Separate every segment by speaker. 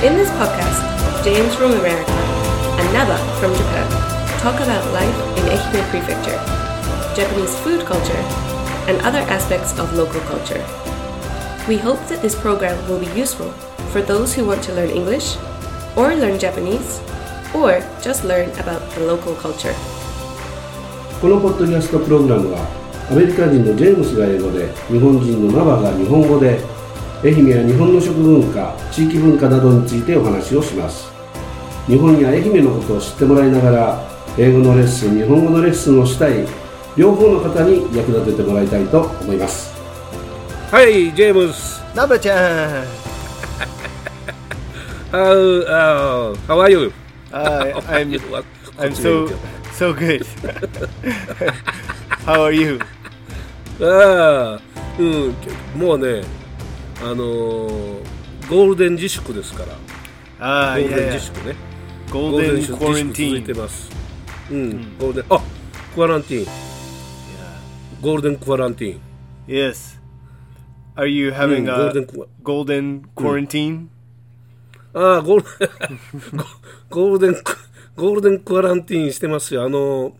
Speaker 1: podcast of James from America and Naba from Japan talk about life in Ehime Prefecture, Japanese food culture, and other aspects of local culture. We hope that this program will be useful for those who want to learn English, or learn Japanese, or just learn about the local culture.
Speaker 2: このポッドキャストプログラムはアメリカ人のジェームスが英語で日本人のナバが日本語で愛媛や日本の食文化地域文化などについてお話をします日本や愛媛のことを知ってもらいながら英語のレッスン日本語のレッスンをしたい両方の方に役立ててもらいたいと思いますはいジェームス
Speaker 3: ナベちゃん
Speaker 2: How,、uh, how are you?
Speaker 3: Uh, I'm, I'm so, so good. How are you?
Speaker 2: ああ、うん、もうね、あのーゴールデン自粛ですから、
Speaker 3: Ah,
Speaker 2: ゴールデン
Speaker 3: yeah,
Speaker 2: 自
Speaker 3: yeah.
Speaker 2: 粛ね、ゴールデン
Speaker 3: Golden
Speaker 2: 自粛続いて
Speaker 3: quarantine.
Speaker 2: ます。うん、ゴールデン、あクアランティーン、
Speaker 3: Yeah.
Speaker 2: ゴールデンクアランティーン、
Speaker 3: Yes. Are you having
Speaker 2: うん、ゴー
Speaker 3: a
Speaker 2: ルデンク
Speaker 3: golden quarantine?
Speaker 2: ああゴール ゴールデンクゴールデンクアランティーンしてますよ。あのー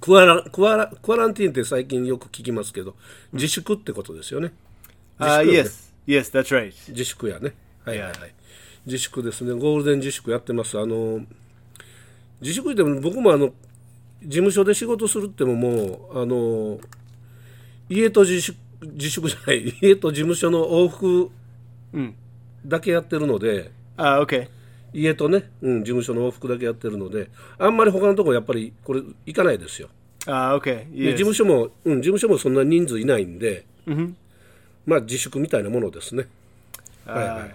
Speaker 2: クアラクアラクアランティーンって最近よく聞きますけど、自粛ってことですよね。
Speaker 3: Uh,
Speaker 2: 自粛よね
Speaker 3: yes. Yes, that's right.
Speaker 2: 自粛やね。はいはいはい
Speaker 3: Yeah.。
Speaker 2: 自粛ですね。ゴールデン自粛やってます。あの、自粛でも僕もあの、事務所で仕事するってももう、あの、家と自粛、自粛じゃない、 家と事務所の往復
Speaker 3: ん
Speaker 2: だけやってるので、
Speaker 3: Uh, okay.
Speaker 2: 家とね、うん、事務所の往復だけやってるので、あんまり他のところやっぱりこれ行かないですよ。
Speaker 3: Uh, okay.
Speaker 2: で事
Speaker 3: Yes.
Speaker 2: 務所も、うん、事務所もそんな人数いないんで、まあ自粛みたいなものですね。はいはい。
Speaker 3: Uh,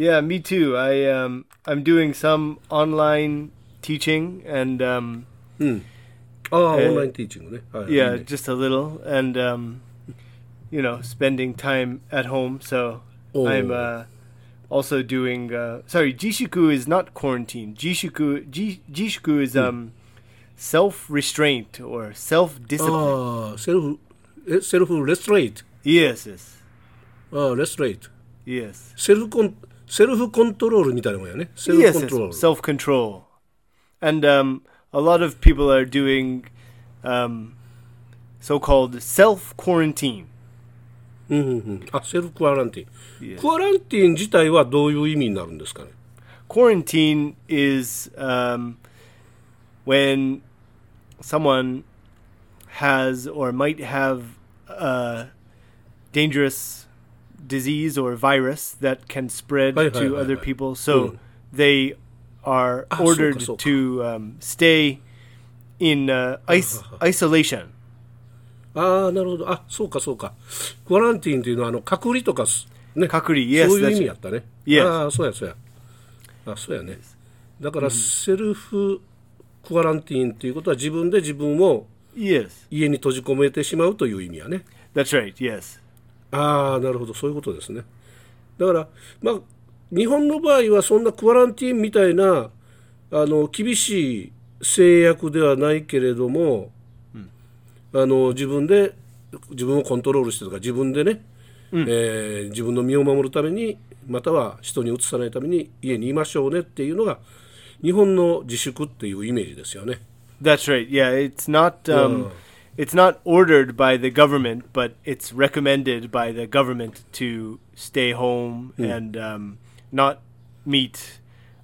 Speaker 3: Yeah, me too. I um, I'm doing some online teaching and um,
Speaker 2: ああ、
Speaker 3: えー
Speaker 2: オンラインティーチングね。はい、
Speaker 3: yeah, just a little, and um, you know, spending time at home. So
Speaker 2: Oh.
Speaker 3: I'm uh, also doing. Uh, sorry, jishiku is not quarantine. Jishiku, ji- jishiku is um, self restraint or self discipline.
Speaker 2: ああ、セルフ、え、セルフレストレイト。
Speaker 3: Yes, yes,
Speaker 2: ああ、レストレイト。
Speaker 3: yes,
Speaker 2: セルフコン、セルフコントロールみたいなもんやね。セルフ
Speaker 3: yes,
Speaker 2: コントロール。
Speaker 3: self control, and um, a lot of people are doing um, so-called self quarantine.
Speaker 2: うんうんうん。あ、セルフクアランティーン。
Speaker 3: Yes.
Speaker 2: クアランティーン自体はどういう意味になるんですかね。
Speaker 3: quarantine is um, when someone has or might have a dangerous disease or virus that can spread
Speaker 2: Hi, hi,
Speaker 3: to
Speaker 2: hi,
Speaker 3: other
Speaker 2: hi.
Speaker 3: people. So
Speaker 2: Mm.
Speaker 3: they are
Speaker 2: Ah,
Speaker 3: ordered
Speaker 2: so-ka, so-ka.
Speaker 3: to um, stay in uh, is- isolation.
Speaker 2: ああ、なるほど。あ、そうかそうか。クアランティーンっていうのは、あの、隔離とかす、ね。
Speaker 3: 隔離 yes,
Speaker 2: そういう
Speaker 3: that's
Speaker 2: 意
Speaker 3: right.
Speaker 2: 味やったね。
Speaker 3: Yes.
Speaker 2: ああ、そうやそうや。あ、そうやね。だから、セルフクアランティーンっていうことは、自分で自分を
Speaker 3: Yes,
Speaker 2: 家に閉じ込めてしまうという意味やね。
Speaker 3: that's right. Yes.
Speaker 2: ああ、なるほど、そういうことですね。だから、まあ、日本の場合はそんなクアランティーンみたいな、あの、厳しい制約ではないけれども、あの、自分で、自分をコントロールしてとか、自分でね、えー自分の身を守るために、または人にうつさないために家にいましょうねっていうのが、日本の自粛っていうイメージですよね。
Speaker 3: That's right. Yeah, it's not um, it's not ordered by the government, but it's recommended by the government to stay home and um, not meet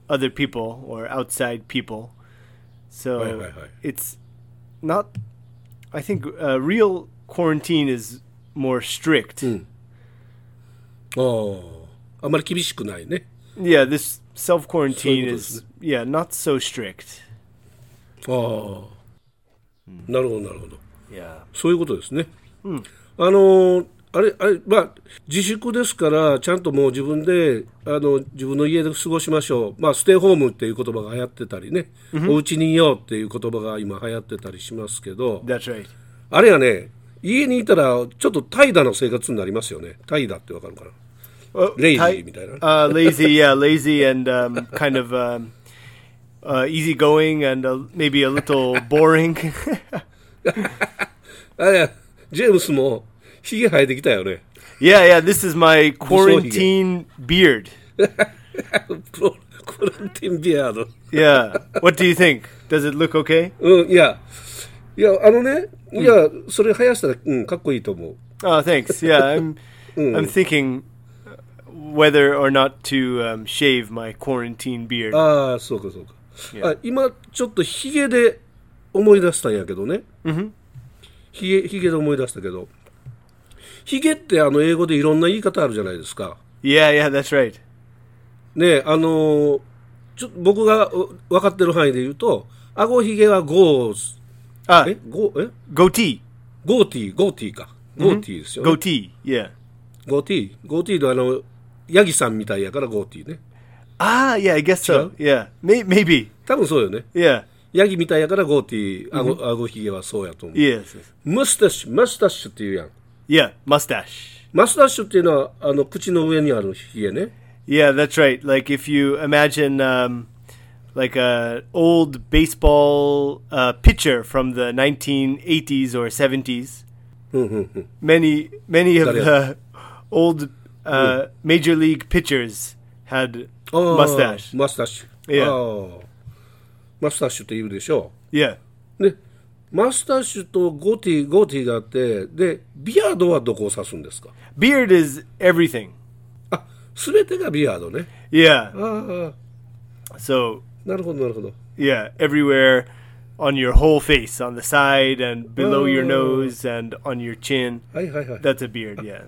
Speaker 3: other people or outside people. So
Speaker 2: Right, right, right.
Speaker 3: it's not. I think uh, real quarantine is more strict.
Speaker 2: ああ、あんまり厳しくないね。
Speaker 3: Yeah, this self quarantine
Speaker 2: So-
Speaker 3: is yeah not so strict.
Speaker 2: ああ、なるほど、なるほど。
Speaker 3: Yeah.
Speaker 2: そういうことですね。あのーあれ、あれ、まあ、自粛ですから、ちゃんともう自分で、あの、自分の家で過ごしましょう。まあ、ステイホームっていう言葉が流行ってたりね、お家にいようっていう言葉が今流行ってたりしますけど、
Speaker 3: That's right.
Speaker 2: あれはね、家にいたら、ちょっと怠惰な生活になりますよね。怠惰ってわかるかな。
Speaker 3: Oh,
Speaker 2: Lazy
Speaker 3: ti-
Speaker 2: みたいな。
Speaker 3: uh, lazy, yeah, lazy and um, kind of um, uh, easygoing and uh, maybe a little boring.
Speaker 2: あれ、ジェームスも、ひげ生えてきたよね。
Speaker 3: yeah, yeah, this is my quarantine beard.
Speaker 2: コランティンビアード。
Speaker 3: Yeah. What do you think? Does it look okay?
Speaker 2: うん、いや、いや、あのね、いや、それ生やしたら、うん、かっこいいと思う。
Speaker 3: Oh, thanks. Yeah, I'm. I'm thinking whether or not to um, shave my quarantine beard.
Speaker 2: ああ、そうかそうか。あ今、ちょっとヒゲで思い出したんやけどね。ヒゲ、ヒゲで思い出したけど。ヒゲってあの英語でいろんな言い方あるじゃないですか。
Speaker 3: yeah, yeah, that's right.
Speaker 2: ねあのーちょ僕がお分かってる範囲で言うと、顎ひげはゴーズ、
Speaker 3: Ah,
Speaker 2: えゴーえ
Speaker 3: goatee,
Speaker 2: ゴーティー、ゴーティーか。ゴーティーですよ、ね
Speaker 3: goatee. Yeah.
Speaker 2: ゴーティー。ゴーティーのあの、ヤギさんみたいやからゴーティーね。
Speaker 3: Ah, yeah, I guess so.
Speaker 2: Sure.
Speaker 3: Yeah, May- maybe.
Speaker 2: 多分そうよね。
Speaker 3: Yeah.
Speaker 2: ヤギみたいやからゴーティー、顎、顎ひげはそうやと思う。
Speaker 3: Yes.
Speaker 2: ムスタッシュ、マスタッシュっていうやん。
Speaker 3: Yeah, mustache.
Speaker 2: マスタッシュっていうのは、あの、口の上にあるひげね。
Speaker 3: Yeah, that's right. Like if you imagine um, like a old baseball uh, pitcher from the 1980s or 70s. many many of
Speaker 2: Mm-hmm. Sorry. Mm.
Speaker 3: the old uh, major league pitchers had
Speaker 2: あー
Speaker 3: mustache.
Speaker 2: マスタッシュ。
Speaker 3: いや
Speaker 2: あーマスタッシュって言うでしょ
Speaker 3: Yeah.
Speaker 2: でマスタッシュとゴティゴティがあってでビアードはどこを指すんですか
Speaker 3: Beard is everything.
Speaker 2: あ全てがビアードね
Speaker 3: Yeah.
Speaker 2: ああ
Speaker 3: So
Speaker 2: なるほどなるほど
Speaker 3: Yeah, everywhere on your whole face, on the side and below your
Speaker 2: Oh.
Speaker 3: nose and on your chin.
Speaker 2: はいはいはい
Speaker 3: That's a beard, yeah.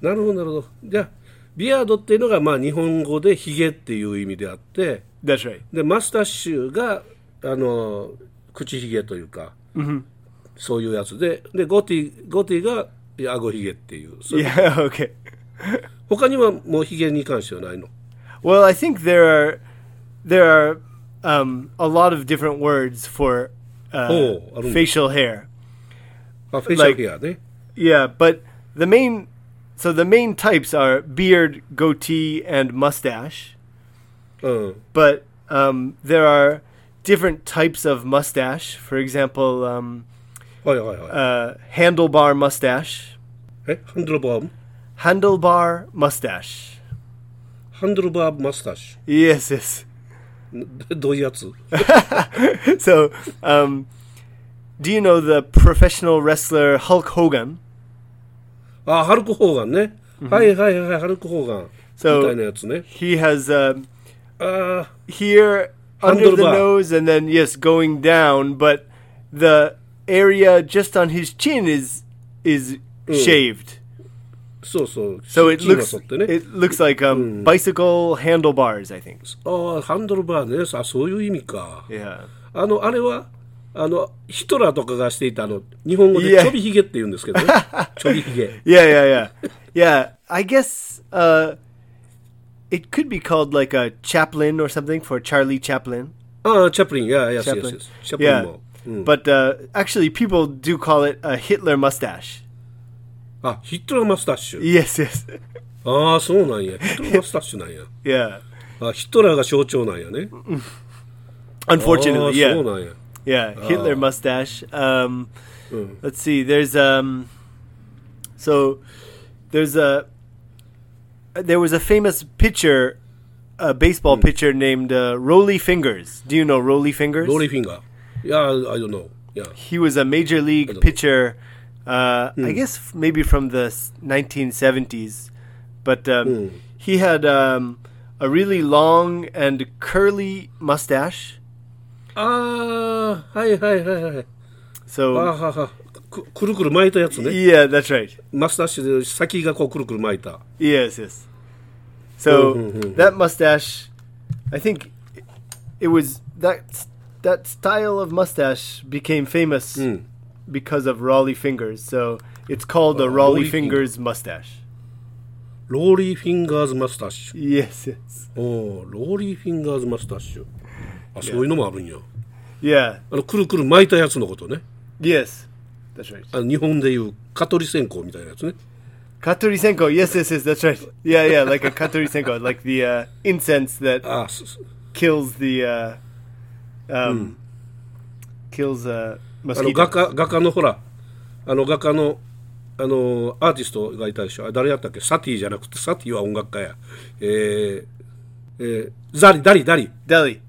Speaker 2: なるほどなるほどじゃあビアードっていうのがまあ日本語でヒゲっていう意味であって
Speaker 3: That's right.
Speaker 2: でマスタッシュがあの口ひげというか、そういうやつででゴティゴティが顎ひげっていうそれ
Speaker 3: Yeah, okay.
Speaker 2: 他にはもうひげに関してはないの
Speaker 3: Well, I think there are there are um, a lot of different words for uh,
Speaker 2: Oh, I don't-
Speaker 3: facial hair.
Speaker 2: あフェイシャルヘアね
Speaker 3: Yeah, but the main so the main types are beard, goatee, and mustache.
Speaker 2: うん
Speaker 3: but um, there are different types of mustache. For example, um,
Speaker 2: はいはいはい
Speaker 3: uh, handlebar mustache,
Speaker 2: えハンドルバー
Speaker 3: handlebar mustache.
Speaker 2: ハンドルバーマスタッシ
Speaker 3: Yes, yes.
Speaker 2: ュん どういうやつ
Speaker 3: So, um, do you know the professional wrestler Hulk Hogan?
Speaker 2: あハルク・ホーガンね、はいはいはいハルク・ホーガン
Speaker 3: そう
Speaker 2: みたいなやつね
Speaker 3: He has um
Speaker 2: あー
Speaker 3: here under the
Speaker 2: Handlebar.
Speaker 3: nose, and then yes, going down, but the area just on his chin is is shaved.
Speaker 2: そうそう
Speaker 3: So it
Speaker 2: シーマ
Speaker 3: looks
Speaker 2: ソってね
Speaker 3: it looks like um, bicycle handlebars, I think.
Speaker 2: あーハンドルバーねあそういう意味か
Speaker 3: Yeah.
Speaker 2: あのあれはあのヒトラーとかがしていたあの日本語
Speaker 3: い
Speaker 2: で
Speaker 3: や
Speaker 2: ちょびひげって言うんですけど ねちょびひげ
Speaker 3: Yeah, yeah, yeah. yeah, I guess uh, it could be called like a Chaplin or something for Charlie Chaplin.
Speaker 2: ああチャプリンいやいやいやいや
Speaker 3: Chaplin.
Speaker 2: チャプリ
Speaker 3: Yeah.
Speaker 2: ンも、
Speaker 3: But uh, actually, people do call it a Hitler mustache.
Speaker 2: あヒトラーマスタッシュ
Speaker 3: Yes, yes.
Speaker 2: ああそうなんやヒトラーマスタッシュなんや
Speaker 3: yeah.
Speaker 2: あヒトラーが象徴なんやね
Speaker 3: Unfortunately,
Speaker 2: ああ
Speaker 3: yeah.
Speaker 2: そうなんや
Speaker 3: Yeah, Hitler mustache. Um, Let's see. There's um, so there's a there was a famous pitcher, a baseball pitcher named uh, Rolly Fingers. Do you know Rolly Fingers?
Speaker 2: ローリーフィンガーいや I don't know いや
Speaker 3: He was a major league pitcher. Uh, I guess f- maybe from the s- 1970s, but um, he had um, a really long and curly mustache.
Speaker 2: ああはいはいはいはい
Speaker 3: So
Speaker 2: ああははくくるくる巻いたやつね
Speaker 3: yeah, that's right.
Speaker 2: マスタッシュで先がこうくるくる巻いた
Speaker 3: Yes, yes. So that mustache, I think it was that that style of mustache became famous because of Raleigh fingers. So it's called the Raleigh,
Speaker 2: Raleigh
Speaker 3: fingers mustache.
Speaker 2: ローリーフィンガーズマスタッシュ
Speaker 3: Yes, yes.
Speaker 2: おおローリーフィンガーズマスタッシュあそういうのもあるんや
Speaker 3: Yeah.
Speaker 2: あのくるくる巻いたやつのことね
Speaker 3: Yes. That's right.
Speaker 2: あの日本でいう蚊取り線香みたいなやつね
Speaker 3: Katurisenko. Yes, yes, yes. That's right. Yeah, yeah. Like a Katurisenko, like the uh, incense that
Speaker 2: ああすす
Speaker 3: kills the uh, um, kills uh,
Speaker 2: あの
Speaker 3: mosquitoes.
Speaker 2: 画家画家のほらあの画家のあのアーティストがいたでしょあ誰やったっけサティじゃなくてサティは音楽家やえーえーザリ、ダリ、ダリ。
Speaker 3: Delhi.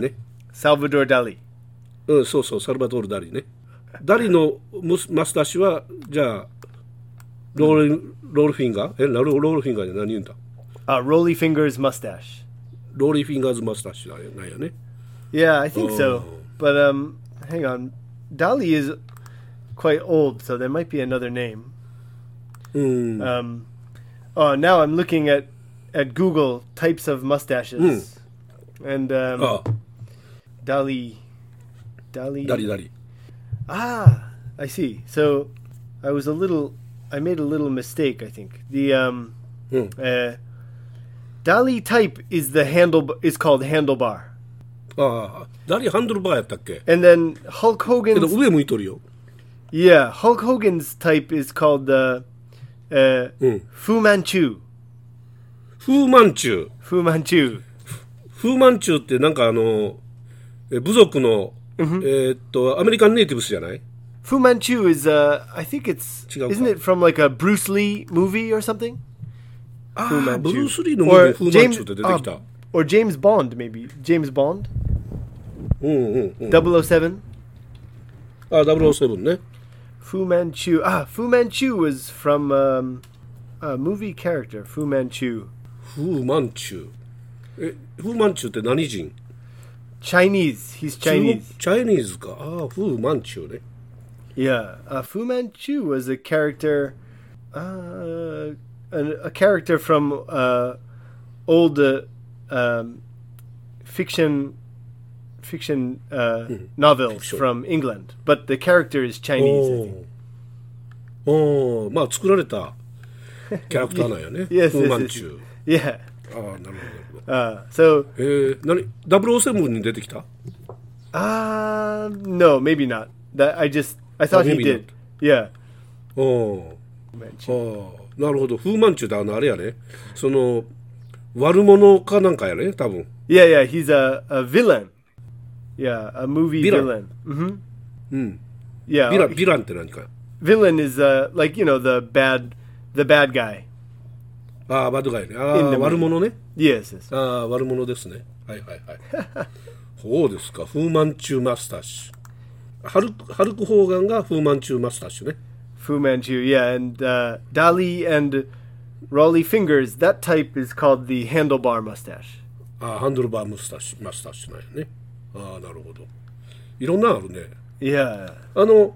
Speaker 2: Dali, ne?
Speaker 3: Salvador Dali.
Speaker 2: うん、そうそう、サルバドール・ダリね。ダリのムスマスター氏は、じゃあ、ロール、ロールフィンガーえ、なるロールフィンガーで何言うんだ
Speaker 3: Uh, Rolly Fingers mustache.
Speaker 2: ローリーフィンガーズ・マスター氏だなんやね。
Speaker 3: Yeah, I think so.
Speaker 2: Oh.
Speaker 3: But um, hang on, Dali is quite old, so there might be another name.
Speaker 2: うん。
Speaker 3: Um, oh, now I'm looking at at Google types of mustaches,
Speaker 2: Hmm.
Speaker 3: and um,
Speaker 2: ああ、
Speaker 3: Dali, Dali,
Speaker 2: ダリダリ。
Speaker 3: Ah, I see. So I was a little, I made a little mistake. I think the um,
Speaker 2: Hmm.
Speaker 3: uh, Dali type is the handle is called handlebar,
Speaker 2: ああ、ダリハンドルバーやったっけ
Speaker 3: and then Hulk
Speaker 2: けど
Speaker 3: Hogan's
Speaker 2: 上向いとるよ。
Speaker 3: Yeah, Hulk Hogan's type is called the uh,
Speaker 2: Mm.
Speaker 3: Fu Manchu.
Speaker 2: フーマンチュー。
Speaker 3: Fu Manchu.
Speaker 2: フーマンチューってなんかあの、え部族の、えーっと、アメリカンネイティブスじゃない
Speaker 3: Fu Manchu is uh, I think it's
Speaker 2: Chicago.
Speaker 3: isn't it from like a Bruce Lee movie or something?
Speaker 2: あ
Speaker 3: Fu
Speaker 2: あ、
Speaker 3: Manchu.
Speaker 2: ブルース・リーのムービーにフーマンチューって出てきた
Speaker 3: um,。or James Bond maybe. James Bond.
Speaker 2: うんうんうん。
Speaker 3: 007.
Speaker 2: あ、007ね。
Speaker 3: Fu Manchu. Ah, Fu Manchu was from um, a movie character, Fu Manchu.
Speaker 2: フーマンチュー。え、フーマンチューって何人
Speaker 3: Chinese. He's
Speaker 2: 中
Speaker 3: Chinese.
Speaker 2: 国チャイニーズか。ああ、フーマンチューね。
Speaker 3: Yeah, uh, Fu Manchu was a character, uh, an, a character from uh, old uh, um, fiction fiction uh, novels
Speaker 2: Fiction.
Speaker 3: from England, but the character is Chinese. I
Speaker 2: おー
Speaker 3: think.
Speaker 2: おーまあ作られたキャラクターなんやね。フ
Speaker 3: Yes,
Speaker 2: ーマ
Speaker 3: yes,
Speaker 2: ン
Speaker 3: yes.
Speaker 2: チュー。
Speaker 3: Yeah.
Speaker 2: ああ、なるほどなるほど。
Speaker 3: Uh, so,
Speaker 2: えー、何 ?007 に出てきた
Speaker 3: uh, no, maybe not. That I just I thought he
Speaker 2: maybe not.
Speaker 3: did. Yeah.
Speaker 2: おお
Speaker 3: Fu Manchu.
Speaker 2: ー。ああ、なるほど。フーマンチューってあの、あれやね。その、悪者かなんかやね、多分。
Speaker 3: Yeah, yeah, he's a, a villain. Yeah, a movie
Speaker 2: Villain.
Speaker 3: villain. hmm
Speaker 2: うん。
Speaker 3: Yeah.
Speaker 2: ヴィラン、ヴィランって何か
Speaker 3: villain is uh like you know the bad the bad guy
Speaker 2: ああ、バッドガイね。あ
Speaker 3: In
Speaker 2: あ、
Speaker 3: the
Speaker 2: 悪者ね。
Speaker 3: yes, yes.
Speaker 2: ああ、悪者ですね。はいはいはい。そうですか。フーマンチューマスターシュ。ハルク、ハルク・ホーガンがフーマンチューマスターシュね。
Speaker 3: fu manchu yeah and uh dali and raleigh fingers that type is called the handlebar mustache
Speaker 2: ああ、ハンドルバームスターシュ、マスターシュなんやね。ああ、なるほど。いろんなのあるね。
Speaker 3: yeah
Speaker 2: あの、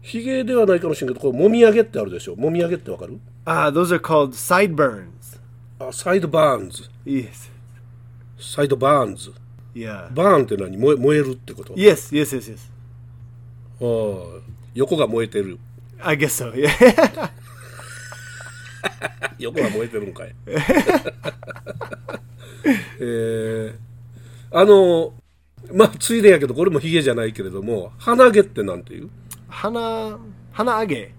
Speaker 2: ヒゲではないかもしれんけど、これ、もみあげってあるでしょ。もみあげってわかる
Speaker 3: ah those are called sideburns
Speaker 2: あサイドバーンズ。
Speaker 3: yes
Speaker 2: サイドバーンズ。
Speaker 3: yeah
Speaker 2: バーンって何燃え燃えるってこと、
Speaker 3: yes yes yes yes
Speaker 2: ああ横が燃えてる。
Speaker 3: i guess so yeah
Speaker 2: 横は燃えてるんかい。えーあの、まあ、ついでやけど、これもヒゲじゃないけれども、鼻毛ってなんていう
Speaker 3: hana hana age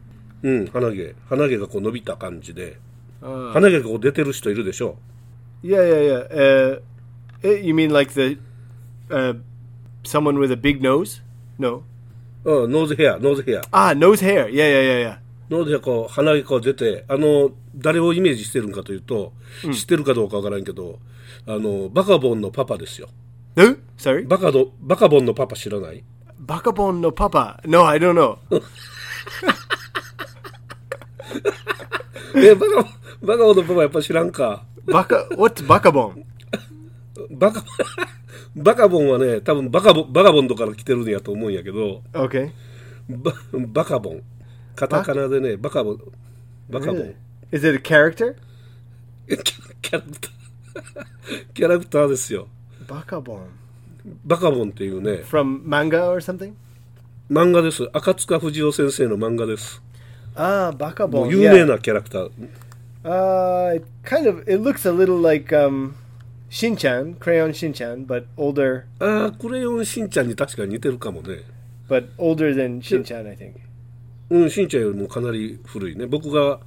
Speaker 2: うん、鼻毛。鼻毛がこう伸びた感じで。
Speaker 3: uh,
Speaker 2: 鼻毛がこう出てる人いるでしょ
Speaker 3: yeah yeah yeah uh eh, you mean like the uh someone with a big nose no
Speaker 2: うん、ノーズヘア、ノーズヘア。
Speaker 3: ah nose hair yeah yeah yeah yeah
Speaker 2: ノーズヘア、こう、鼻毛こう出て、あの、誰をイメージしてるんかというと、知ってるかどうかわからんけど、あの、バカボンのパパですよ。
Speaker 3: no sorry
Speaker 2: バカど、バカボンのパパ知らない
Speaker 3: Bakabon no papa. No, I don't know.
Speaker 2: え、バカボン、バカボンのパパやっぱ知らんか。
Speaker 3: Baka what's Bakabon?
Speaker 2: バカ、 バカボンはね、多分バカボン、バカボンドから来てるんやと思うんやけど、
Speaker 3: Okay.
Speaker 2: ババカボン。カタカナでね、バカボン、バカボン。
Speaker 3: Really? Is it a character?
Speaker 2: キャキャラクター、キャラクターですよ。
Speaker 3: Bakabon.
Speaker 2: バカボンっていうね、
Speaker 3: From manga or something?
Speaker 2: 漫画です。赤塚不二夫先生の漫画です。
Speaker 3: Ah,
Speaker 2: も
Speaker 3: Bakabon.
Speaker 2: う有名なキャラクター。
Speaker 3: Yeah. Uh it kind of it looks a little like um Shinchan, Crayon Shinchan, but older
Speaker 2: ああ、クレヨンしんちゃんに確かに似てるかもね。
Speaker 3: but older than Shinchan, I think.
Speaker 2: うん、しんちゃんよりもかなり古いね。僕が、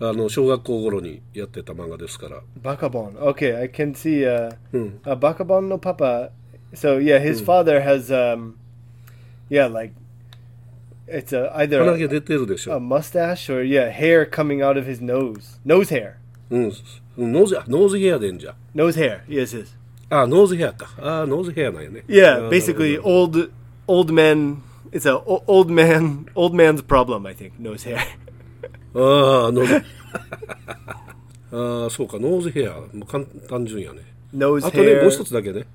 Speaker 2: あの、小学校頃にやってた漫画ですから。
Speaker 3: Bakabon. Okay, I can see uh, uh Bakabon no papa. So yeah, his father has um yeah, like it's a, either
Speaker 2: 鼻毛出てるでしょ
Speaker 3: a。mustache or yeah hair coming out of his nose nose hair
Speaker 2: うん、ノーズノーズヘアでんじゃ
Speaker 3: Nose hair. Yes, yes.
Speaker 2: あノーズヘアかあノーズヘアなんやね
Speaker 3: Yeah,
Speaker 2: あ
Speaker 3: basically
Speaker 2: なるほど
Speaker 3: old old men. It's a o- old man old man's problem. I think nose hair.
Speaker 2: ああノーズ ああそうかノーズヘアもう簡単純やね
Speaker 3: Nose
Speaker 2: あとね
Speaker 3: hair.
Speaker 2: もう一つだけね、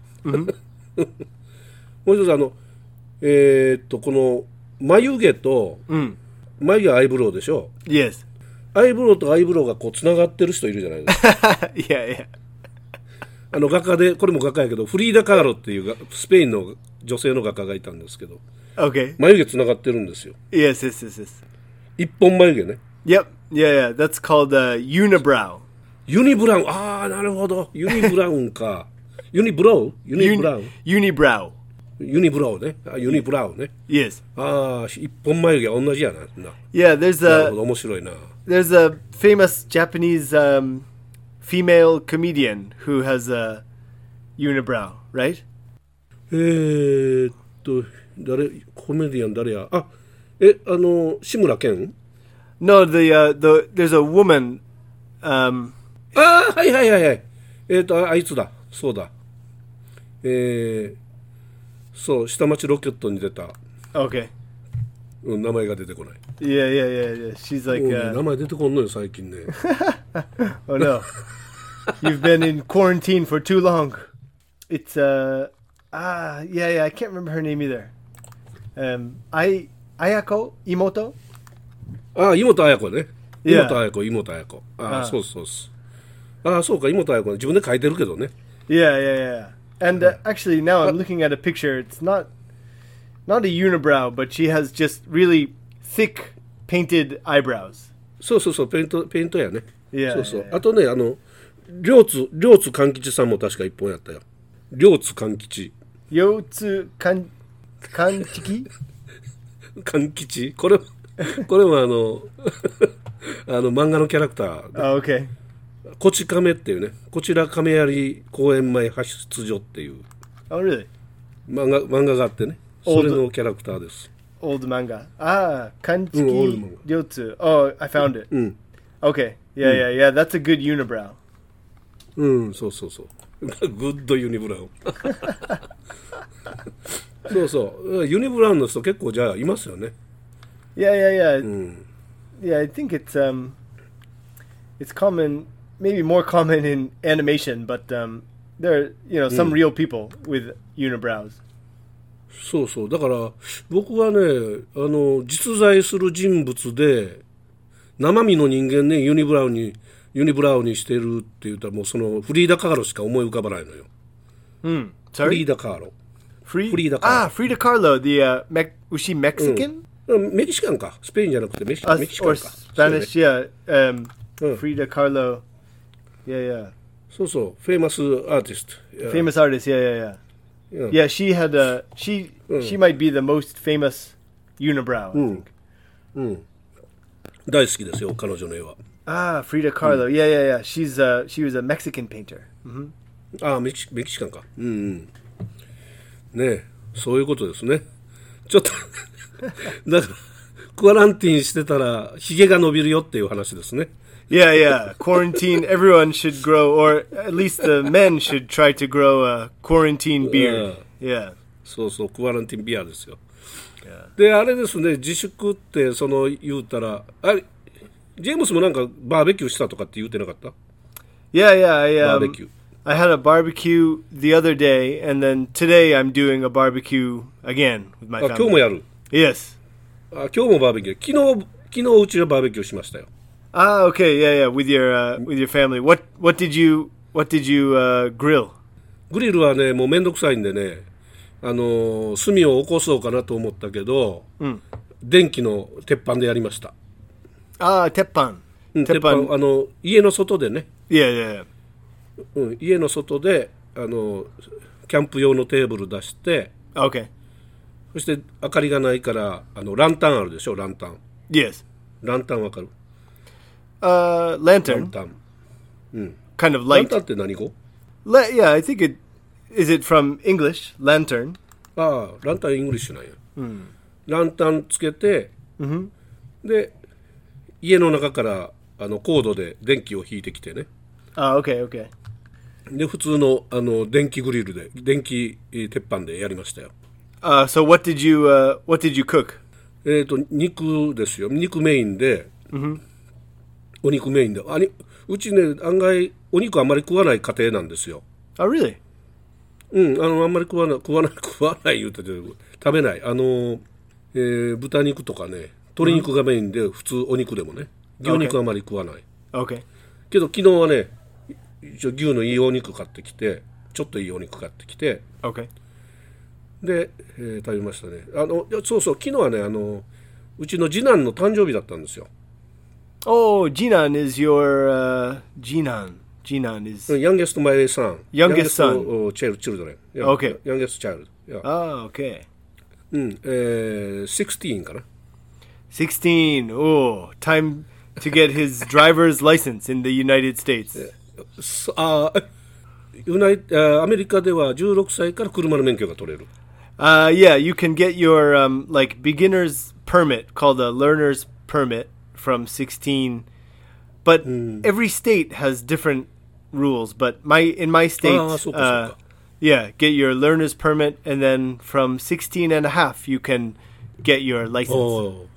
Speaker 2: もう一つあのえーっとこの眉毛と、眉毛アイブロウでしょ
Speaker 3: Yes.
Speaker 2: アイブロウとアイブロウがこうつながってる人いるじゃない ですか
Speaker 3: yeah, yeah.
Speaker 2: あの画家でこれも画家やけどフリーダ・カーロっていうがスペインの女性の画家がいたんですけど
Speaker 3: Okay.
Speaker 2: 眉毛つながってるんですよ
Speaker 3: Yes, yes, yes, yes.
Speaker 2: 一本眉毛ね
Speaker 3: Yep. Yeah, yeah. That's called uh, unibrow.
Speaker 2: ユニブラウンああなるほどユニブラウン かユニブロウユニ
Speaker 3: Uni-
Speaker 2: ブラウン
Speaker 3: unibrow.
Speaker 2: ユニブラウねあユニブラウね
Speaker 3: Yes.
Speaker 2: ああ一本眉毛は同じやなな
Speaker 3: Yeah. There's
Speaker 2: なるほ
Speaker 3: a
Speaker 2: ど面白いな
Speaker 3: there's a famous Japanese um, female comedian who has a unibrow, right?
Speaker 2: えー、っと誰コメディアン誰やあえあの志村けん
Speaker 3: No, the uh, the there's a woman. Um,
Speaker 2: ああはいはいはいはいえー、っとああいつだそうだえー、そう下町ロケットに出た、
Speaker 3: okay.
Speaker 2: うん、名前が出てこない、
Speaker 3: Yeah, yeah, yeah, yeah. She's like,
Speaker 2: もうね名
Speaker 3: uh,
Speaker 2: 前出てこんのよ最近ね
Speaker 3: oh no, you've been in quarantine for too long. It's uh, ah, yeah, yeah. I can't remember her name either. Um, I Ayako Imoto.
Speaker 2: ああ、妹綾子ね。
Speaker 3: いや
Speaker 2: 妹綾子、妹綾子。ああ、
Speaker 3: ああ
Speaker 2: そうそうそう。ああ、そうか、妹綾子ね。自分で書いてるけどね。
Speaker 3: Yeah, yeah, yeah. And uh, actually, now I'm looking at a picture. It's not not a unibrow, but she has just really thick painted eyebrows.
Speaker 2: そうそうそう、ペイント、ペイントやね。
Speaker 3: いや
Speaker 2: そうそう
Speaker 3: い。や
Speaker 2: あとね、あの、両津、両津勘吉さんも確か一本やったよ。両津勘吉。
Speaker 3: Yotsu kan kanchiki.
Speaker 2: 勘吉これ、 これもあの、 あの、漫画のキャラクター。
Speaker 3: Oh, okay.
Speaker 2: こち亀っていうね、こちら亀有公演前派出所っていう
Speaker 3: Oh, really?
Speaker 2: 漫画、漫画があってね。それのキャラクターです。
Speaker 3: Old manga. Ah,
Speaker 2: Mm, old
Speaker 3: kanchiki
Speaker 2: manga. Mm.
Speaker 3: yotsu. Oh, I found it. Okay. Yeah, yeah, yeah. That's a good unibrow.
Speaker 2: うん、そうそう そう。グッドユニブラウン。 そうそう。ユニブラウンの人結構じゃあいますよね。
Speaker 3: Yeah, yeah, yeah.
Speaker 2: Mm.
Speaker 3: Yeah, I think it's um, it's common, maybe more common in animation, but um, there are you know some
Speaker 2: Mm.
Speaker 3: real people with unibrows.
Speaker 2: そうそう。だから僕はね、あの、実在する人物で、生身の人間ね、ユニブラウンに、ユニブラウンにしてるって言ったらもうそのフリーダ・カーロしか思い浮かばないのよ。フリー
Speaker 3: Sorry,
Speaker 2: ダ・カーロ。
Speaker 3: Frida,
Speaker 2: Frida Kahlo.
Speaker 3: Ah, Frida Kahlo. The uh, Mex- was she
Speaker 2: Mm.
Speaker 3: Mexican
Speaker 2: メキシカンか。スペインじゃなくてメキシカ
Speaker 3: Uh,
Speaker 2: ンメキシカン
Speaker 3: or
Speaker 2: か。そうね
Speaker 3: Spanish? Yeah, um,
Speaker 2: Mm.
Speaker 3: Frida Kahlo. Yeah, yeah.
Speaker 2: そうそう。フェイマスアーティスト。
Speaker 3: Famous artist. Yeah, yeah, yeah.
Speaker 2: Yeah.
Speaker 3: Uh, Yeah, she had uh, she she might be the most famous unibrow. I think.
Speaker 2: 大好きですよ、彼女の絵は。
Speaker 3: Ah, Frida Kahlo. Yeah, yeah, yeah. She's uh, she was a Mexican painter.
Speaker 2: ああメキシメキシカンかうんうんねえそういうことですねちょっと だからクアランティンしてたらひげが伸びるよっていう話ですね
Speaker 3: Yeah, yeah. Quarantine. Everyone should grow, or at least the men should try to grow a quarantine beard. Yeah.
Speaker 2: そうそうクアランティンビアですよであれですね自粛ってその言うたらあれジェームスもなんかバーベキューしたとかって言うてなかった、
Speaker 3: Yeah, yeah. I, um,
Speaker 2: バーベキュー
Speaker 3: I had a barbecue the other day, and then today I'm doing a barbecue again with my
Speaker 2: あ今日も
Speaker 3: family.
Speaker 2: やる
Speaker 3: Yes.
Speaker 2: あ今日もバーベキュー昨日昨日うちはバーベキューしましたよ
Speaker 3: Ah, okay. Yeah, yeah. With your uh, with your family. What what did you what did you uh, grill?
Speaker 2: グリルはねもうめんどくさいんでねあのー炭を起こそうかなと思ったけど、電気の鉄板でやりました、
Speaker 3: Ah, teppan.
Speaker 2: うん鉄板あの家の外でね、
Speaker 3: Yeah, yeah, yeah.
Speaker 2: うん、家の外であのキャンプ用のテーブル出して
Speaker 3: Okay.
Speaker 2: そして明かりがないからあのランタンあるでしょランタン
Speaker 3: Yes.
Speaker 2: ランタンわかる
Speaker 3: Uh,
Speaker 2: ラン
Speaker 3: lantern.
Speaker 2: タン
Speaker 3: Kind of
Speaker 2: ラン
Speaker 3: light.
Speaker 2: タンって何語
Speaker 3: La- yeah, I think it is it from English lantern.
Speaker 2: ああランタンイングリッシュなんや、ランタンつけて、で家の中からあのコードで電気を引いてきてね
Speaker 3: Ah, okay, okay.
Speaker 2: で普通のあの電気グリルで電気えー鉄板でやりましたよ
Speaker 3: Uh, so what did you uh, what did you cook?
Speaker 2: えっ、と肉ですよ肉メインで、お肉メインであにうちね案外お肉あんまり食わない家庭なんですよ
Speaker 3: Oh, really?
Speaker 2: うん、あの、あんまり食わない、食わない、 食わない言うてて、食べない。あの、えー豚肉とかね、鶏肉がメインで、普通お肉でもね、牛肉あまり食わない。
Speaker 3: Okay.
Speaker 2: けど、昨日はね、一応牛のいいお肉買ってきて、ちょっといいお肉買ってきて、
Speaker 3: Okay.
Speaker 2: で、えー食べましたね。あの、いやそうそう、昨日はね、あの、うちの次男の誕生日だったんですよ。
Speaker 3: Oh, Jinan is your uh, Jinan. Jinan
Speaker 2: うん
Speaker 3: is.
Speaker 2: youngest my son.
Speaker 3: Youngest
Speaker 2: Youngest,
Speaker 3: son.
Speaker 2: uh, child- children. Yeah.
Speaker 3: Okay.
Speaker 2: Youngest child. Yeah.
Speaker 3: Oh, okay.
Speaker 2: うん、えー、16かな。
Speaker 3: Sixteen. Oh, time to get his driver's license in the United States.
Speaker 2: そ あーえユナイあーアメリカでは16歳から車の免許が取れる
Speaker 3: Uh, yeah, you can get your um, like beginner's permit called a learner's permit from 16, but
Speaker 2: Hmm.
Speaker 3: every state has different rules. But my in my state,
Speaker 2: Ah, super,
Speaker 3: uh,
Speaker 2: super.
Speaker 3: yeah, get your learner's permit, and then from 16 and a half, you can get your license.
Speaker 2: お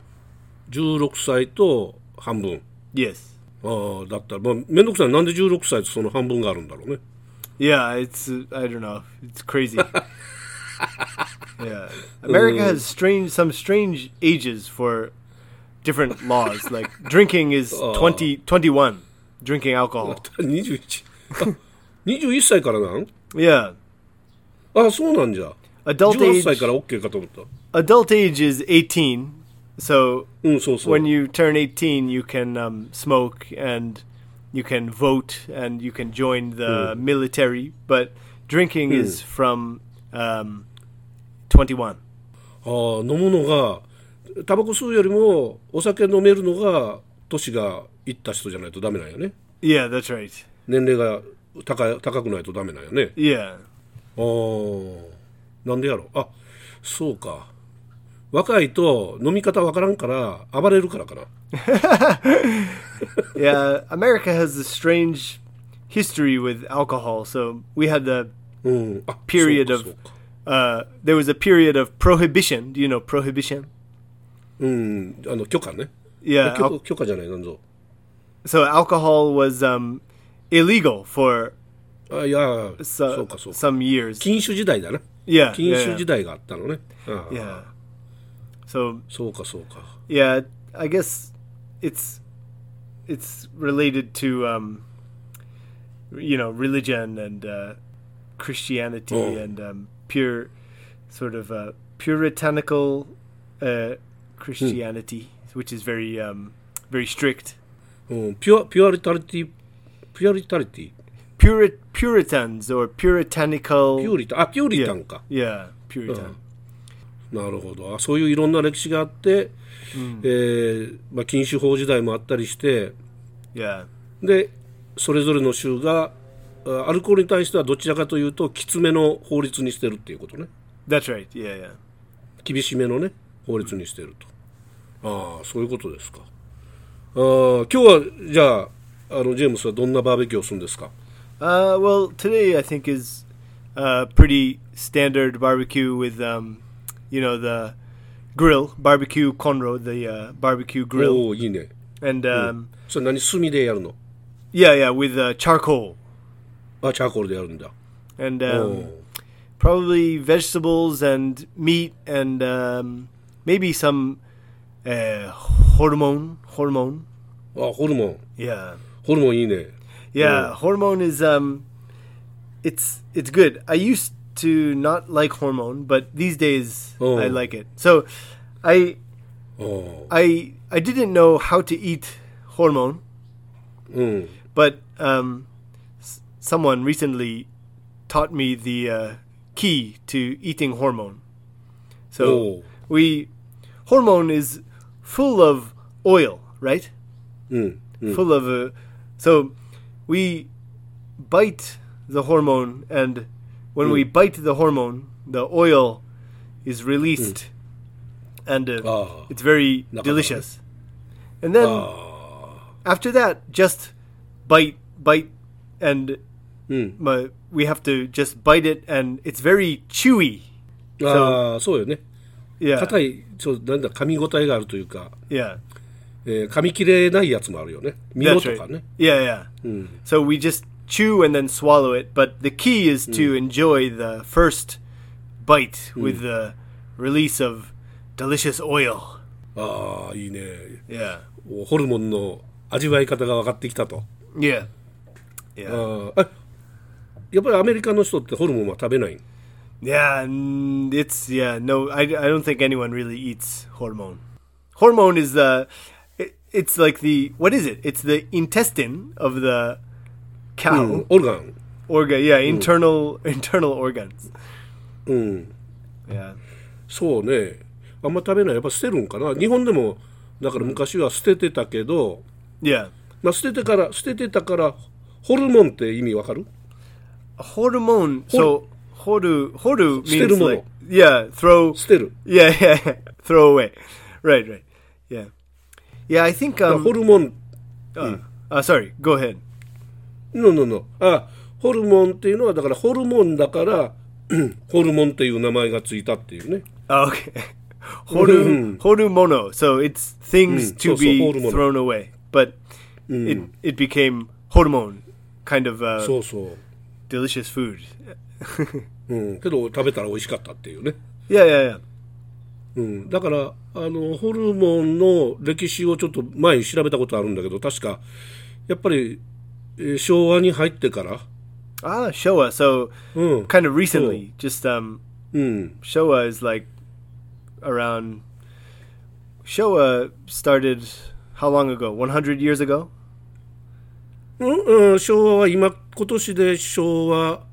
Speaker 2: ー16歳と半分
Speaker 3: Yes,
Speaker 2: あーだったら、まあ、めんどくさいなんで16歳とその半分があるんだろうね
Speaker 3: yeah, it's uh, I don't know, it's crazy. yeah, America has strange some strange ages for different laws. like drinking is 20, 21, drinking alcohol.
Speaker 2: 21あ21歳からなん
Speaker 3: Yeah,
Speaker 2: あそうなんじゃ
Speaker 3: adult
Speaker 2: 18歳
Speaker 3: age
Speaker 2: から OK かと思った
Speaker 3: adult age is eighteen. So
Speaker 2: うんそうそう
Speaker 3: when you turn eighteen, you can um, smoke and you can vote and you can join the military. But drinking is from um, twenty-one.
Speaker 2: あー飲むのがタバコ吸うよりもお酒飲めるのが年がいった人じゃないとダメなんよね
Speaker 3: Yeah, that's right.
Speaker 2: 年齢が高い高くないとダメなんよね
Speaker 3: Yeah.
Speaker 2: あーなんでやろあそうか若いと飲み方わからんから暴れるからかな
Speaker 3: yeah, America has this strange history with alcohol. So we had the
Speaker 2: うんあ
Speaker 3: period
Speaker 2: そうかそう
Speaker 3: of
Speaker 2: か
Speaker 3: uh, there was a period of prohibition. Do you know prohibition?
Speaker 2: うんあの許可ね
Speaker 3: Yeah.
Speaker 2: 許
Speaker 3: al-
Speaker 2: 可許可じゃないなんぞ
Speaker 3: so alcohol was um, illegal for
Speaker 2: あいやそ
Speaker 3: so,
Speaker 2: うかそうか
Speaker 3: some years.
Speaker 2: 禁酒時代だな
Speaker 3: Yeah.
Speaker 2: 禁
Speaker 3: Yeah.
Speaker 2: 酒
Speaker 3: yeah.
Speaker 2: 時代があったのねああ
Speaker 3: Yeah. So
Speaker 2: そうかそうか
Speaker 3: yeah, I guess it's it's related to um, you know religion and uh, Christianity
Speaker 2: Oh.
Speaker 3: and um, pure sort of uh, puritanical uh, Christianity, which is very um, very strict.
Speaker 2: うんピュアピュアリタリティピュアリタリティ
Speaker 3: Purit- Puritans or puritanical.
Speaker 2: ピューリタあピューリタ
Speaker 3: yeah,
Speaker 2: ンか
Speaker 3: yeah, Puritan.
Speaker 2: なるほどあそういういろんな歴史があって、えーまあ、禁酒法時代もあったりして
Speaker 3: Yeah,
Speaker 2: でそれぞれの州があアルコールに対してはどちらかというときつめの法律にしてるっていうことね
Speaker 3: that's right. Yeah, yeah.
Speaker 2: 厳しめのね法律にしてると、ああそういうことですかあー今日はじゃああのジェームスはどんなバーベキューをするんですか
Speaker 3: Uh, well, today I think is uh, pretty standard barbecue with, um, you know, the grill barbecue conro, the uh, barbecue grill,
Speaker 2: おおいいね
Speaker 3: and um,
Speaker 2: それ何炭でやるの
Speaker 3: yeah, yeah, with uh, charcoal
Speaker 2: あチャーコールでやるんだ
Speaker 3: and
Speaker 2: お
Speaker 3: um,
Speaker 2: ー
Speaker 3: probably vegetables and meat and um, maybe some uh, hormone, hormone.
Speaker 2: あホルモン
Speaker 3: Yeah,
Speaker 2: ホルモンいいね
Speaker 3: yeah, hormone is um, it's it's good. I used to not like hormone, but these days
Speaker 2: Oh.
Speaker 3: I like it. So, I
Speaker 2: あー
Speaker 3: I I didn't know how to eat hormone,
Speaker 2: うん
Speaker 3: but um, s- someone recently taught me the uh, key to eating hormone. So
Speaker 2: Oh.
Speaker 3: we hormone is full of oil, right?
Speaker 2: うん、
Speaker 3: full of uh, so we bite the hormone and when we bite the hormone the oil is released and uh,
Speaker 2: Ah.
Speaker 3: it's very
Speaker 2: Nakakatawa.
Speaker 3: delicious and then after that, just bite, bite, and
Speaker 2: うん。
Speaker 3: my, we have to just bite it, and it's very chewy.
Speaker 2: ああ、そうよね。
Speaker 3: Yeah,
Speaker 2: 硬い、そう、なんだ、噛み応えがあるというか、
Speaker 3: yeah,
Speaker 2: えー噛み切れないやつもあるよね。身を
Speaker 3: that's
Speaker 2: とか
Speaker 3: right.
Speaker 2: ね。
Speaker 3: Yeah, yeah. So we just chew and then swallow it, but the key is to enjoy the first bite with the release of delicious oil.
Speaker 2: ああ、いいね。
Speaker 3: Yeah,
Speaker 2: ホルモンの味わい方が分かってきたと。
Speaker 3: yeah, yeah.
Speaker 2: ああ、やっぱりアメリカの人ってホルモンは食べない。
Speaker 3: Yeah, and it's yeah. No, I, I don't think anyone really eats hormone. Hormone is the it, it's like the what is it? It's the intestine of the
Speaker 2: う
Speaker 3: cow
Speaker 2: ん、オルガン。
Speaker 3: organ. Yeah, internal internal organs.
Speaker 2: うん。
Speaker 3: Yeah,
Speaker 2: そうね。あんま食べない。やっぱ捨てるんかな。日本でも、だから昔は捨ててたけど、
Speaker 3: yeah.
Speaker 2: まあ、捨ててから、捨ててたから、ホルモンって意味わかる
Speaker 3: Hormone. So horu horu means
Speaker 2: 捨てるもの。
Speaker 3: like yeah, throw.
Speaker 2: 捨てる。
Speaker 3: Yeah, yeah, yeah. throw away. Right, right. Yeah, yeah. I think
Speaker 2: だから
Speaker 3: um.
Speaker 2: ホルモン、
Speaker 3: Uh, uh, sorry. Go ahead.
Speaker 2: no, no, no. あ、ホルモンっていうのは、だからホルモンだから、 うんホルモンっていう名前がついたっていうね。
Speaker 3: Oh, okay. Horu, horumono. So it's things
Speaker 2: Mm, Hmm. so- Hmm. so
Speaker 3: to be
Speaker 2: horumono.
Speaker 3: thrown away. But it, it became hormone, kind of uh,
Speaker 2: そうそ
Speaker 3: delicious food.
Speaker 2: う。うん。けど、食べたら美味しかったっていうね。
Speaker 3: Yeah, yeah, yeah.
Speaker 2: うん、だからあのホルモンの歴史をちょっと前に調べたことあるんだけど確かやっぱり、えー昭和に入ってから、
Speaker 3: Ah, Showa. So
Speaker 2: うん、
Speaker 3: kind of recently, just um,
Speaker 2: うん、
Speaker 3: Showa is like around. Showa started how long ago? 100 years ago?
Speaker 2: うんうん、昭和は今今年で昭和、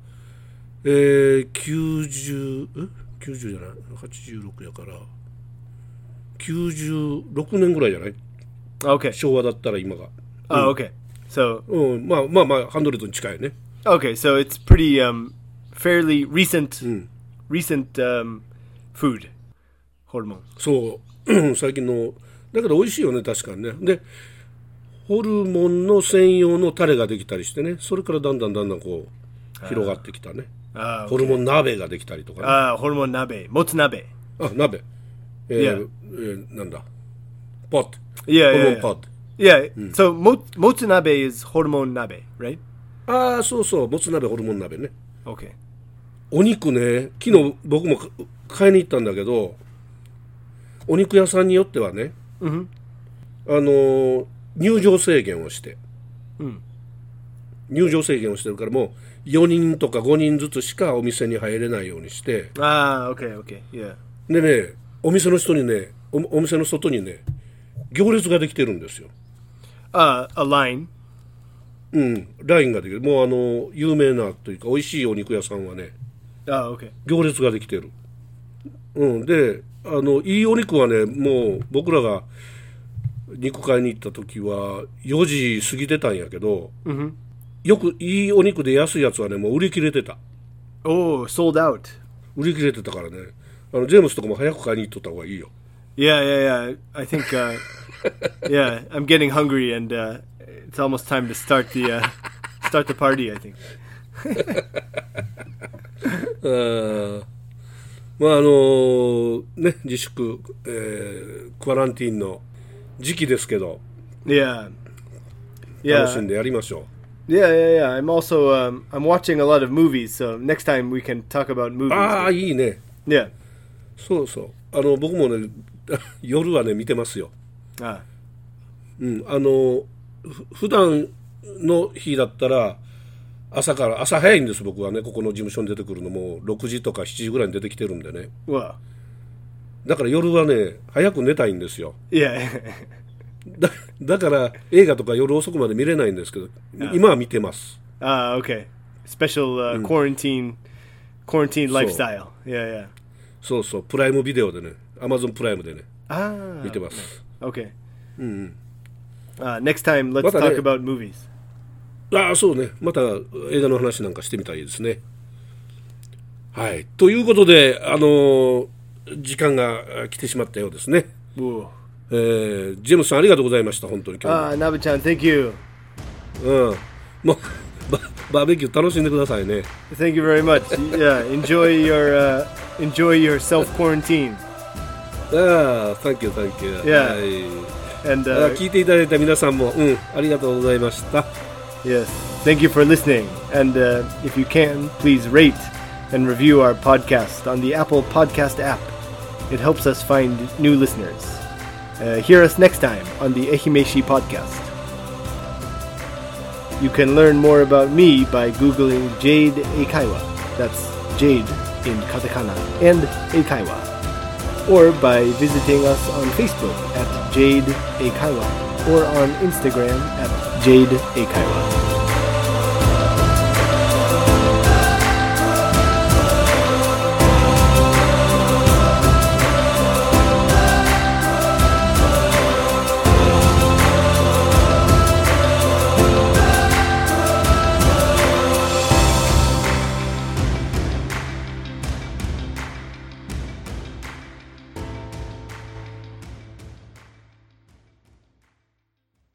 Speaker 2: えー、90え90じゃない86やから96年ぐらいじゃない
Speaker 3: Okay.
Speaker 2: 昭和だったら今が、
Speaker 3: Oh, okay. So
Speaker 2: うん、まあまあまあハンドルドに近いね
Speaker 3: Okay, so it's pretty um, fairly recent, recent um, food hormone.
Speaker 2: そううん最近のだけど美味しいよね確かにねでホルモンの専用のタレができたりしてねそれからだんだんだんだんこう広がってきたね
Speaker 3: Ah,
Speaker 2: ホルモン鍋ができたりとか、ね、
Speaker 3: ah, hormone nabe, motsunabe.
Speaker 2: あ鍋えー
Speaker 3: Yeah.
Speaker 2: えーなんだポット
Speaker 3: Yeah,
Speaker 2: ホル
Speaker 3: yeah,
Speaker 2: モン
Speaker 3: yeah.
Speaker 2: ポット
Speaker 3: yeah. So mot- motsunabe is hormone nabe, right?
Speaker 2: ああそうそうもつ鍋ホルモン鍋ね
Speaker 3: Okay.
Speaker 2: お肉ね昨日僕もか買いに行ったんだけどお肉屋さんによってはね、あのー入場制限をして、入場制限をしてるからもう4人とか5人ずつしかお店に入れないようにして
Speaker 3: Ah, okay, okay, yeah.
Speaker 2: でねお店の人にねおお店の外にね行列ができてるんですよ、
Speaker 3: Uh, a line.
Speaker 2: うん、ラインができるもうあの有名なというか美味しいお肉屋さんはね
Speaker 3: Ah, okay.
Speaker 2: 行列ができてる、うん、であのいいお肉はねもう僕らが肉買いに行った時は4時過ぎてたんやけど、よくいいお肉で安いやつはねもう売り切れてた
Speaker 3: Oh, sold out.
Speaker 2: 売り切れてたからねあのジェームスとかも早く買いに行っとった方がいいよ
Speaker 3: Yeah, yeah, yeah. I think. Uh, yeah, I'm getting hungry, and uh, it's almost time to start the uh, start the party. I think.
Speaker 2: あーまああのね自粛、えークアランティーンの時期ですけど
Speaker 3: Yeah.
Speaker 2: 楽しん
Speaker 3: Yeah.
Speaker 2: でやりましょう、
Speaker 3: Yeah, yeah, yeah. I'm also um, I'm watching a lot of movies, so next time we can talk about movies.
Speaker 2: ああいいね
Speaker 3: Yeah.
Speaker 2: そうそうあの僕もね 夜はね見てますよ
Speaker 3: Ah.
Speaker 2: うん、あのふ普段の日だったら朝から朝早いんです僕はねここの事務所に出てくるのも6時とか7時ぐらいに出てきてるんでね
Speaker 3: Well.
Speaker 2: だから夜はね早く寝たいんですよ
Speaker 3: Yeah.
Speaker 2: だだから映画とか夜遅くまで見れないんですけど今は見てます、
Speaker 3: ah, okay. Special uh, quarantine quarantine lifestyle. Yeah, yeah.
Speaker 2: そうそうプライムビデオでねアマゾンプライムでね
Speaker 3: Ah.
Speaker 2: 見てます、
Speaker 3: Okay. Uh, next time, let's
Speaker 2: またね。
Speaker 3: talk about movies.
Speaker 2: ああそうねまた映画の話なんかしてみたいですねはいということであのー時間が来てしまったようですね
Speaker 3: Whoa.
Speaker 2: ええージェームスさんありがとうございました本当に今日も
Speaker 3: Ah, Nabe-chan, thank you.
Speaker 2: うんもうババーベキュー楽しんでくださいね
Speaker 3: Thank you very much. yeah, enjoy your uh, enjoy your self quarantine.
Speaker 2: ああ thank you thank you
Speaker 3: Yeah.
Speaker 2: はい
Speaker 3: And
Speaker 2: あ
Speaker 3: uh,
Speaker 2: 聞いていただいた皆さんもうんありがとうございました
Speaker 3: yes, thank you for listening. And uh, if you can, please rate and review our podcast on the Apple Podcast app. It helps us find new listeners. Uh, hear us next time on the Ehimeshi podcast. You can learn more about me by googling Jade Eikaiwa. That's Jade in katakana and Eikaiwa. Or by visiting us on Facebook at Jade Eikaiwa or on Instagram at Jade Eikaiwa.